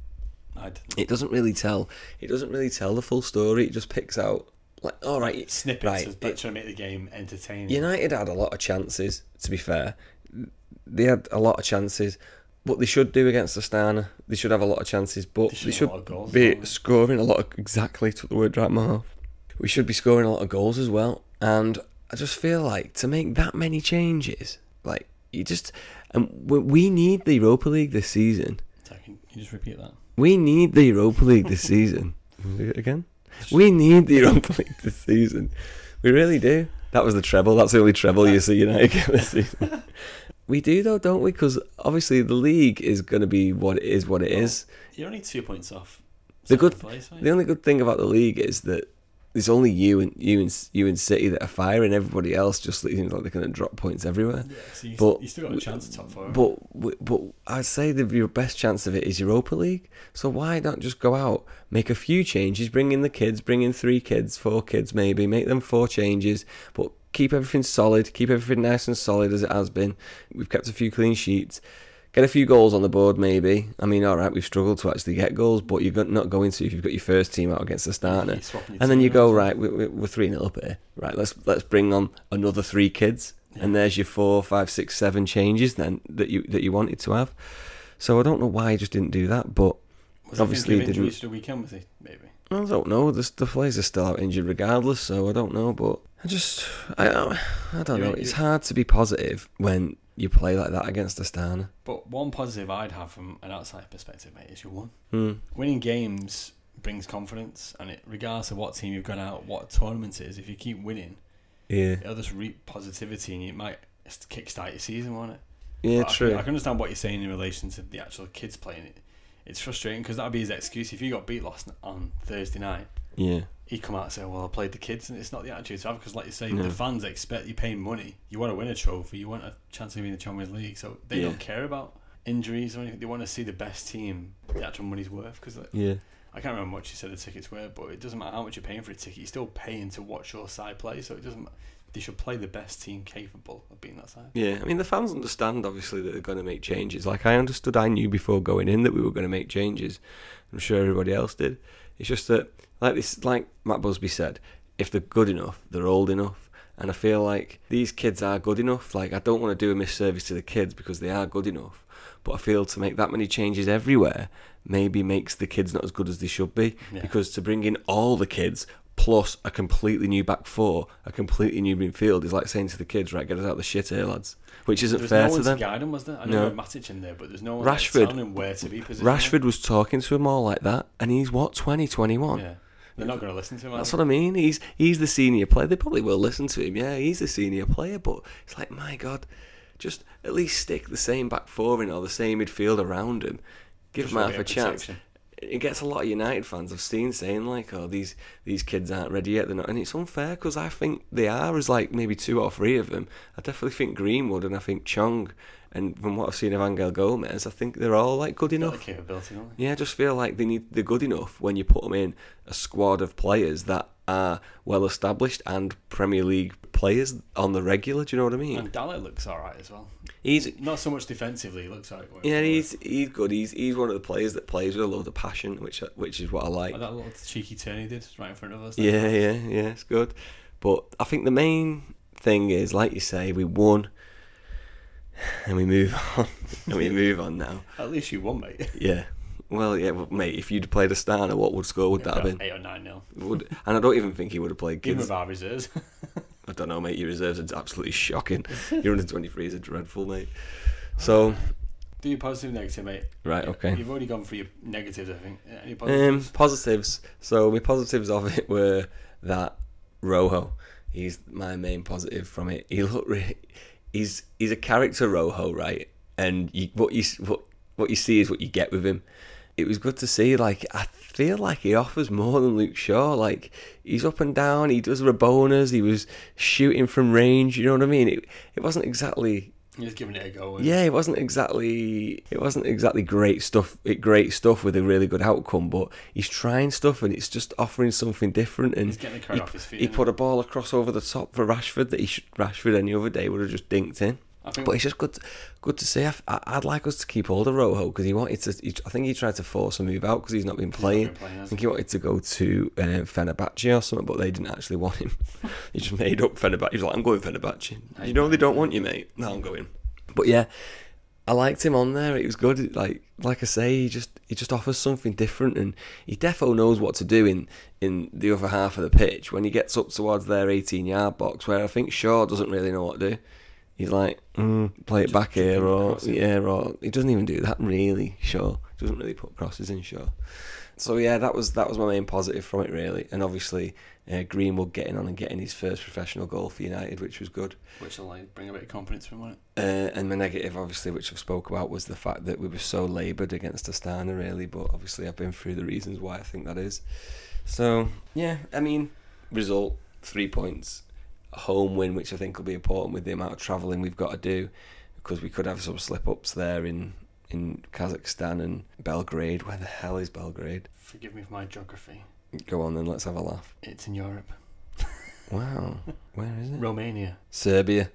I didn't.
it doesn't really tell. It doesn't really tell the full story. It just picks out like, all right,
Snippets
right,
of
it-
trying to make the game entertaining.
United had a lot of chances, to be fair. They had a lot of chances. What they should do against Astana, they should have a lot of chances, but
They should
they
have a
should
lot of goals,
be
don't they?
scoring a lot of. Exactly, took the word right out of my mouth. We should be scoring a lot of goals as well. And I just feel like to make that many changes, like, you just. And we- we need the Europa League this season.
So can you just repeat that?
We need the Europa League this season. Again? We need the Europa League this season. We really do. That was the treble. That's the only treble you see United get this season. we do though, don't we? Because obviously the league is going to be what it is. What it is.
You're only two points off.
The
second
good,
place, mate.
the only good thing about the league is that it's only you and you and you and City that are firing. Everybody else just seems like they're going to drop points everywhere.
Yeah, so you,
but-
you still got a chance at top four.
But w- but I'd say the your best chance of it is Europa League. So why not just go out, make a few changes, bring in the kids, bring in three kids, four kids maybe, make them four changes, but keep everything solid, keep everything nice and solid as it has been. We've kept a few clean sheets. Get a few goals on the board, maybe. I mean, all right, we've struggled to actually get goals, but you're go- not going to if you've got your first team out against the starter.
You're swapping your
And then
team
you
around.
go right, we, we, we're three 0 up here. Right, let's let's bring on another three kids, and there's your four, five, six, seven changes then that you that you wanted to have. So I don't know why I just didn't do that, but
was
obviously
obviously
it didn't.
injuries to the weekend was it? Maybe.
I don't know. The, the players are still out injured regardless, so I don't know. But I just I don't- I don't
You're-
know.
you're-
It's hard to be positive when you play like that against Astana.
But one positive I'd have from an outside perspective, mate, is you won.
Hmm.
Winning games brings confidence, and it, regardless of what team you've gone out, what tournament it is, if you keep winning,
Yeah,
it'll just reap positivity, and it might just kickstart your season, won't it?
yeah,
But I can- I
true.
can, understand what you're saying in relation to the actual kids playing it. It's frustrating because that'd be his excuse if you got beat last n- on Thursday night.
Yeah.
he'd come out and say, "Well, I played the kids," and it's not the attitude to have because, like you say,
No.
the fans expect you paying money. You want to win a trophy. You want a chance of being in the Champions League. So they
Yeah.
don't care about injuries or anything. They want to see the best team the actual money's worth. Because like,
Yeah.
I can't remember what you said the tickets were, but it doesn't matter how much you're paying for a ticket. You're still paying to watch your side play. So it doesn't. ma- They should play the best team capable of being that side.
Yeah, I mean the fans understand obviously that they're going to make changes. Like I understood, I knew before going in that we were going to make changes. I'm sure everybody else did. It's just that, like this, like Matt Busby said, if they're good enough, they're old enough, and I feel like these kids are good enough. Like I don't want to do a misservice to the kids because they are good enough, but I feel to make that many changes everywhere maybe makes the kids not as good as they should be
Yeah.
because to bring in all the kids plus a completely new back four, a completely new midfield is like saying to the kids, right, get us out of the shit here, lads, which isn't
There was
fair
no
to
one
them.
to guide him, was there? I
No.
know no. Matic in there, but there's no one
Rashford-
telling him where to be positioned.
Rashford was talking to him all like that, and he's what 20, 21.
yeah, they're not going to listen to him. are
That's
they?
what I mean. He's he's the senior player. They probably will listen to him. Yeah, he's the senior player, but it's like my god, just at least stick the same back four in or the same midfield around him. Give
Just
him half
like
a
a
chance.
protection.
It gets a lot of United fans I've seen saying like, "Oh, these these kids aren't ready yet." They're not, and it's unfair because I think they are. As like maybe two or three of them. I definitely think Greenwood and I think Chong, and from what I've seen of Angel Gomez, I think they're all like good
They've
enough.
got the capability, don't they?
Yeah, I just feel like they need they're good enough when you put them in a squad of players that are well established and Premier League players on the regular. Do you know what I mean?
And Dalit looks all right as well.
He's
Not so much defensively, he looks all right.
yeah, he's he's good. He's he's one of the players that plays with a load of passion, which which is what I like.
Like that little cheeky turn he did right in front of us. there.
Yeah, yeah, yeah, it's good. But I think the main thing is, like you say, we won, and we move on, and we move on now.
At least you won, mate.
Yeah. Well, yeah, well, mate. If you'd played a starter, what would score would that have been?
Eight or nine nil.
Would, and I don't even think he would have played
Give him
kids.
about reserves.
I don't know, mate. Your reserves are absolutely shocking. Your under twenty threes are dreadful, mate. So
Do your positive negative, mate.
right, okay.
You've already gone for your negatives, I think. Any
Um,
positives?
positives. So my positives of it were that Rojo. He's my main positive from it. He looked. Re- he's he's a character Rojo, right? And you, what you s- what what you see is what you get with him. It was good to see. Like I feel like he offers more than Luke Shaw. Like he's up and down. He does Rabonas. He was shooting from range. You know what I mean? It it wasn't exactly
You're just giving it a go. and-
yeah, it wasn't exactly it wasn't exactly great stuff. It great stuff with a really good outcome, but he's trying stuff and it's just offering something different. And
He's getting the crowd
he,
off his feet,
He
isn't
put a ball across over the top for Rashford that he should Rashford any other day would have just dinked in.
I think-
But it's just good, to, good to see. I, would like us to keep hold of Rojo because he wanted to. He, I think he tried to force a move out because he's not been playing.
playing,
I
has
think he wanted to go to uh, Fenerbahce or something, but they didn't actually want him. he just made up Fenerbahce. He was like, "I'm going Fenerbahce." You know they don't want you, mate. No, I'm going. But yeah, I liked him on there. It was good. It- Like like I say, he just he just offers something different, and he defo knows what to do in in the other half of the pitch when he gets up towards their 18 yard box, where I think Shaw doesn't really know what to do. He's like, mm, play it back here, or
across it.
Oh, yeah, or he doesn't even do that really. Shaw doesn't really put crosses in Shaw. So yeah, that was that was my main positive from it really, and obviously uh, Greenwood getting on and getting his first professional goal for United, which was good.
Which will like, bring a bit of confidence from it.
Uh, and my negative, obviously, which I've spoke about, was the fact that we were so laboured against Astana, really. But obviously, I've been through the reasons why I think that is. So yeah, I mean, result three points, a home win, which I think will be important with the amount of travelling we've got to do, because we could have some slip ups there in in Kazakhstan and Belgrade. Where the hell is Belgrade?
Forgive me for my geography.
Go on then, let's have a laugh.
It's in Europe.
Wow, where is it?
Romania.
Serbia.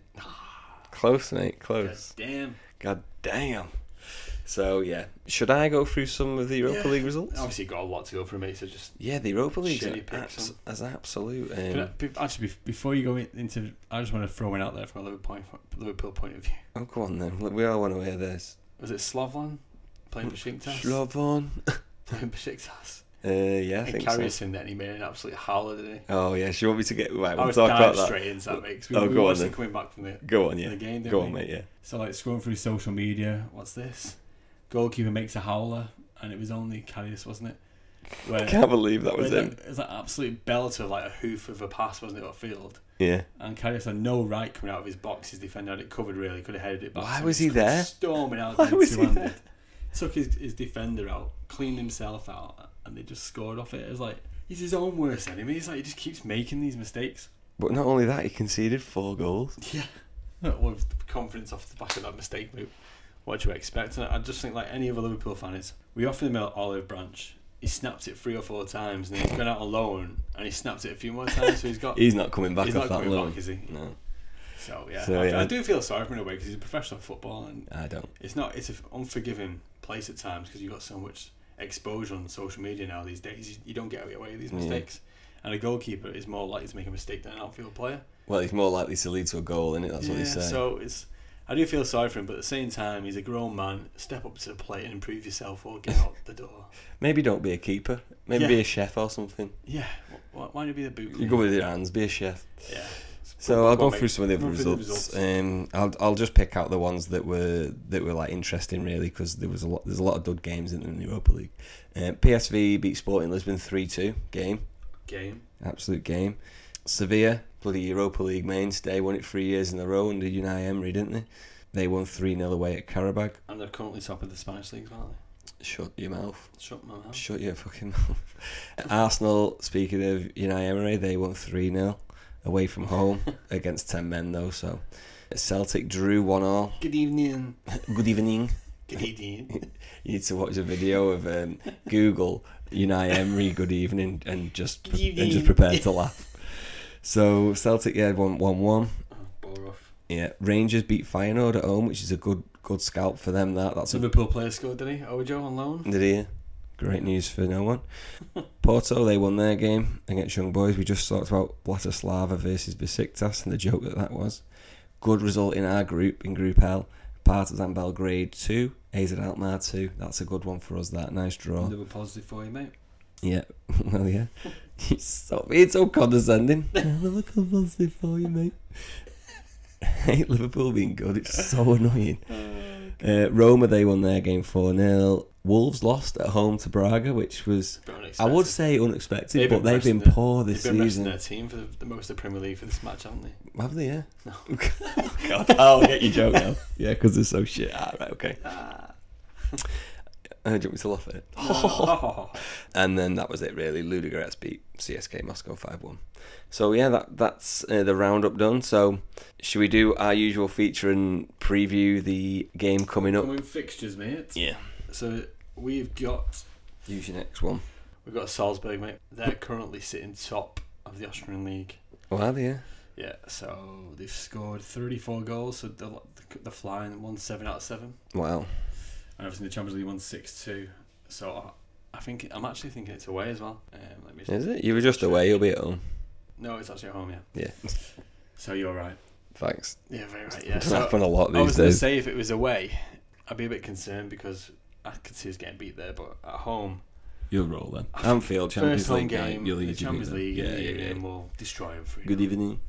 Close, mate.
God
Close.
damn.
God damn. So yeah, should I go through some of the Europa
Yeah. Oh.
League results?
Obviously, you've got a lot to go for, mate, so just
Yeah, the Europa League
Shitty pick
abs-
some.
as absolute.
Can I,
Um,
be- actually, bef- before you go in- into, I just want to throw one out there from a Liverpool point, Liverpool point of view.
oh, go on then. Look, We all want to hear this.
Was it Slavon playing Besiktas?
Slovan.
playing Besiktas.
Uh, yeah, I
And
think so.
Karius in there, and he made an absolute howler, didn't he?
Oh yeah, she want me to get right.
I
We'll
was
talk about
diving
that.
straight into that, mate, 'cause we,
Oh,
we
go on
watched
then.
him coming back from the...
Go on, yeah.
the game, didn't
go
we?
on, mate. Yeah.
So, like, scrolling through social media, what's this? Goalkeeper makes a howler, and it was only Karius, wasn't it? Where,
I can't believe that was
where
him.
It was an absolute belter of, like, a hoof of a pass, wasn't it, upfield?
Yeah.
And Karius had no right coming out of his box. His defender had it covered really. Could have headed it back.
Why
So
was
just
he there?
Storming out
Why
there
was he
two-handed.
there?
Took his, his defender out, cleaned himself out, and they just scored off it. It was like he's his own worst enemy. He's like he just keeps making these mistakes.
But not only that, he conceded four goals.
Yeah. With the confidence off the back of that mistake, mate. What do you expect? And I just think, like any other Liverpool fan is, we offered him an olive branch. He snapped it three or four times, and then he's gone out on loan, and he snapped it a few more times. So he's got.
He's not coming back
He's
off
not
that
coming
loan.
back, is he?
No,
So yeah,
So,
I,
yeah.
I do feel sorry for him in a way because he's a professional footballer, and
I don't.
it's not. It's an unforgiving place at times because you've got so much exposure on social media now these days. You, you don't get away with these
Yeah.
mistakes, and a goalkeeper is more likely to make a mistake than an outfield player.
Well, he's more likely to lead to a goal, isn't it? That's what
Yeah,
he's saying.
So it's I do feel sorry for him, but at the same time, he's a grown man. Step up to the plate and improve yourself, or get out the door.
Maybe don't be a keeper. Maybe
Yeah.
be a chef or something.
Yeah, wh- wh- why don't you be the boot?
You go with your hands. Be a chef.
Yeah.
So I'll
Go
go
on, mate.
through some of the other
Run through the
results. Um, I'll I'll just pick out the ones that were that were like interesting really because there was a lot there's a lot of dud games in the Europa League. Uh, PSV beat Sporting Lisbon three two game
Game.
absolute game. Sevilla bloody Europa League mainstay won it three years in a row under Unai Emery didn't they? They won three 0 away at Karabag.
And they're currently top of the Spanish league, aren't they?
Shut your mouth.
Shut my mouth.
Shut your fucking mouth. Arsenal, speaking of Unai Emery, they won 3 0 away from home against 10 men, though. So Celtic drew 1 all.
Good evening.
Good evening.
Good evening.
You need to watch a video of um, Google Unai Emery, good evening, and just,
Good
and just
evening.
prepare to laugh. So Celtic, yeah, won 1 1.
oh, bore off.
Yeah, Rangers beat Feyenoord at home, which is a good good scalp for them. That that's a
Liverpool player scored, did he? Ojo on loan.
Did he? Great news for no one. Porto, they won their game against Young Boys. We just talked about Blatislava versus Besiktas and the joke that that was. Good result in our group, in Group L. Partizan Belgrade 2, AZ Alkmaar 2. That's a good one for us, that. Nice draw.
Another positive for you, mate.
Yeah, well, yeah. It's so, it's so condescending. I love a convulsive for you, mate. I hate Liverpool being good. It's so annoying.
Oh,
Uh, Roma, they won their game 4 0. Wolves lost at home to Braga, which was,
Bit
I would
unexpected.
say, unexpected,
They've
but
been
they've
resting
been
their-
poor this
They've been resting
season.
their team for the, the most of the Premier League for this match, haven't they?
Have they, yeah? Oh,
No.
God, I'll get your joke now. Yeah, because they're so shit. Ah, right, okay. Uh, do you want me to laugh at it? And then that was it, really. Ludogorets beat CSK Moscow 5 1. So, yeah, that that's uh, the roundup done. So, should we do our usual feature and preview the game coming up?
Coming fixtures, mate.
Yeah.
So we've got
Use your next one.
we've got Salzburg, mate. They're currently sitting top of the Austrian league.
Oh, are they? Yeah.
Yeah, so they've scored 34 goals, so they're, they're flying 1 7 out of 7.
Wow.
And obviously, the Champions League won 6 2. So I, I think I'm actually thinking it's away as well. Um, let me just,
Is it? You were just away, you'll be at home.
No, it's actually at home, yeah.
Yeah.
So you're right.
Thanks.
Yeah, very right.
Yeah,
Yeah.
it
So
happen a lot
I was
these
going to
days.
say if it was away, I'd be a bit concerned because I could see us getting beat there, but at home,
You'll roll then. Anfield,
first home game, in the Champions League, in the evening, will destroy them for you.
Good evening.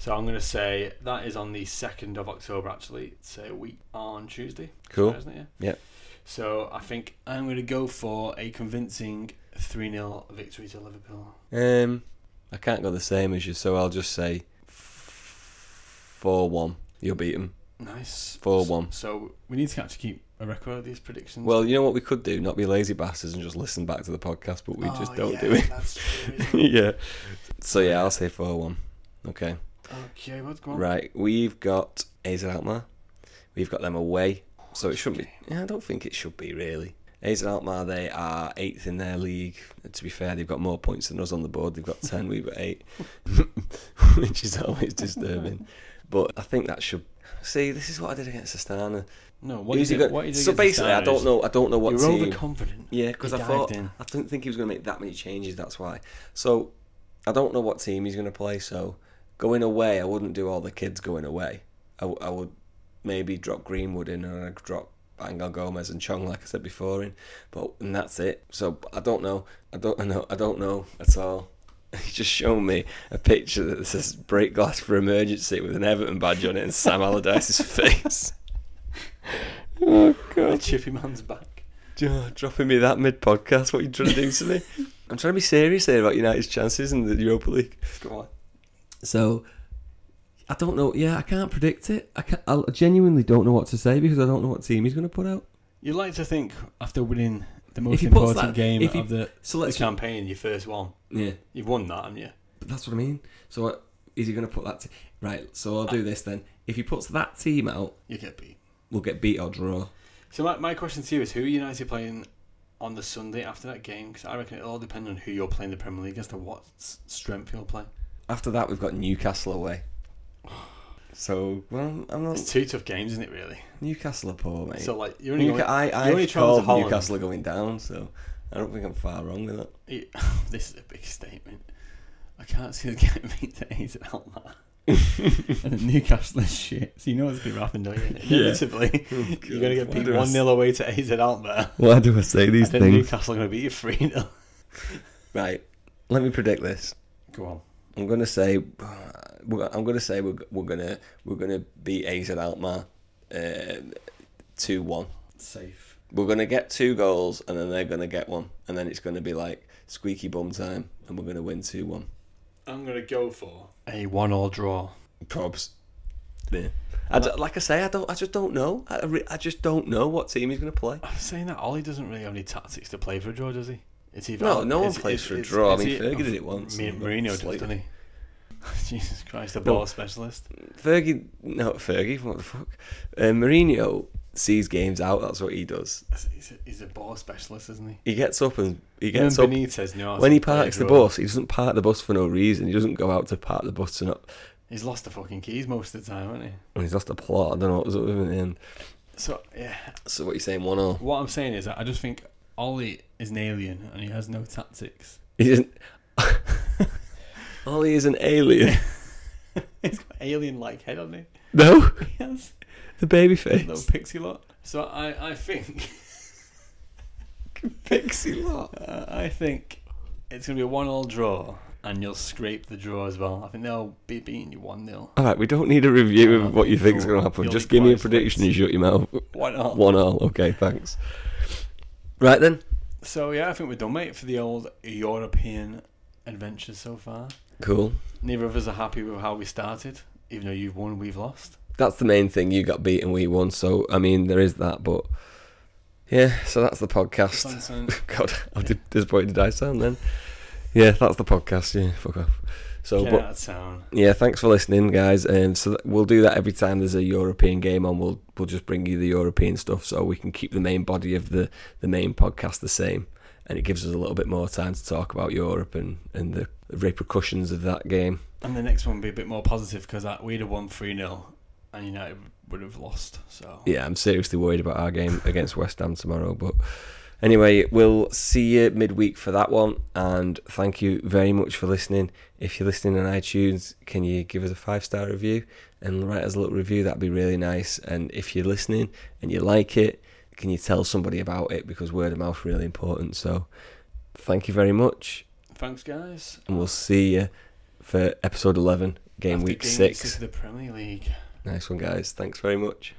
So I'm going to say that is on the 2nd of October, actually. It's a week on Tuesday.
Cool.
Isn't it? Yeah.
Yep.
So I think I'm going to go for a convincing 3 0 victory to Liverpool.
Um, I can't go the same as you, so I'll just say 4 1. You'll beat them.
Nice.
4 1.
So we need to actually keep a record of these predictions.
Well, you know what we could do? Not be lazy bastards and just listen back to the podcast, but we
Oh,
just don't
yeah,
do it.
That's true. isn't it?
yeah. So yeah, I'll say 4 1. Okay.
okay, what's going on?
Right, we've got AZ Alkmaar. We've got them away, so it shouldn't be. Yeah, I don't think it should be really. AZ Alkmaar, they are eighth in their league. To be fair, they've got more points than us on the board. They've got ten, we've got eight, which is always disturbing. But I think that should. See, this is what I did against Astana.
No, what
Who's
is
he
it?
got-
What is it
so
against the
basically, I don't
Stars?
know. I don't know what
You're
team.
overconfident.
Yeah, because
He
I thought
dived in.
I didn't think he was going to make that many changes. That's why. So I don't know what team he's going to play. So going away, I wouldn't do all the kids going away. I, w- I would maybe drop Greenwood in and I'd drop Angel Gomez and Chong, like I said before, in. But and that's it. So I don't know. I don't I know. I don't know at all. He just showed me a picture that says "break glass for emergency" with an Everton badge on it and Sam Allardyce's face. oh
The
god!
chippy man's back.
Oh, dropping me that mid podcast. What are you trying to do to me? I'm trying to be serious here about United's chances in the Europa League.
Go on.
So I don't know. Yeah, I can't predict it. I can't, I genuinely don't know what to say because I don't know what team he's going to put out.
You'd like to think after winning
the most
he puts
important
that-
game
if he-
of the.
So
The
let's
campaign, your first one.
yeah.
You've won that, haven't you?
But that's what I mean. So what, is he going to put that? T- right. So I'll do this then. If he puts that team out,
You get beat.
we'll get beat or draw.
So my, my question to you is, who are United playing on the Sunday after that game? Because I reckon it'll all depend on who you're playing the Premier League as to what s- strength you'll play.
After that, we've got Newcastle away. So well, I'm
It's
not
two tough games, isn't it? Really.
Newcastle are poor, mate.
So like you're only
Newca-
going,
I I
you only travel to
called
Holland.
Newcastle are going down, so I don't think I'm far wrong with it.
you- this is a big statement. I can't see the game being days about that.
And then Newcastle is shit. So you know it's going to happen, don't you?
Inevitably, you're going to get
God.
beat
Why do I
1 0 away to AZ Alkmaar.
Why do I say
And
these
then Newcastle are going to beat you 3 0.
Right. Let me predict this.
Go on.
I'm gonna say, we're- I'm gonna say we're, we're gonna we're gonna beat AZ Alkmaar uh, two one.
Safe.
We're gonna get two goals and then they're gonna get one, and then it's gonna be like squeaky bum time, and we're gonna win two one.
I'm going to go for a 1 all draw.
Probs. Yeah. I d- like I say, I don't. I just don't know. I, re- I just don't know what team he's gonna play.
I'm saying that Ollie doesn't really have any tactics to play for a draw, does he? It's either
No, no one
it's-
plays
it's-
for a
it's-
draw. I
it's
mean,
e-
Fergie did it once.
Me- Mourinho does,
Slightly.
doesn't he? Jesus Christ, the
No.
ball specialist.
Fergie, no, Fergie. What the fuck? Uh, Mourinho sees games out. That's what he does.
He's a, he's a ball specialist, isn't he?
He gets up and he
Him and
gets up
Benitez knew how to
when he
play a
parks the
draw.
bus, he doesn't park the bus for no reason. He doesn't go out to park the bus to not.
He's lost the fucking keys most of the time, hasn't he?
Well, he's lost a plot. I don't know what was up with him in the end.
So, yeah,
So what are you saying? One all.
What I'm saying is, I just think Ollie is an alien and he has no tactics.
He isn't. Ollie is an alien.
He's got alien-like head on it.
no,
He has
the baby
a little
face.
pixie lot. So I, I think,
Pixie lot.
uh, I think it's gonna be a one-all draw, and you'll scrape the draw as well. I think they'll be beating you one-nil.
All right, we don't need a review of what you think is going to happen.
You'll
Just
be
give me a
quite
prediction and shut
select.
your mouth.
Why not?
One all. Okay, thanks. Right then.
So yeah, I think we're done, mate, for the old European adventure so far.
Cool.
Neither of us are happy with how we started, even though you've won, we've lost.
That's the main thing. You got beaten, we won. So I mean, there is that, but yeah. So that's the podcast.
Dun, dun.
God, how di- disappointed I sound then. Yeah, that's the podcast. Yeah, fuck off. So,
Get
but
out of town.
yeah, thanks for listening, guys. Um, so that, we'll do that every time there's a European game on. We'll we'll just bring you the European stuff, so we can keep the main body of the the main podcast the same, and it gives us a little bit more time to talk about Europe and and the repercussions of that game.
And the next one would be a bit more positive because we'd have won 3 0 and United would have lost. So
Yeah, I'm seriously worried about our game against West Ham tomorrow, but. Anyway, we'll see you midweek for that one, and thank you very much for listening. If you're listening on iTunes, can you give us a five star review and write us a little review? That'd be really nice. And if you're listening and you like it, can you tell somebody about it because word of mouth is really important. So, thank you very much,
thanks, guys.
and we'll see you for episode 11, game
After
week
game
six.
of the Premier League.
Nice one, guys. Thanks very much.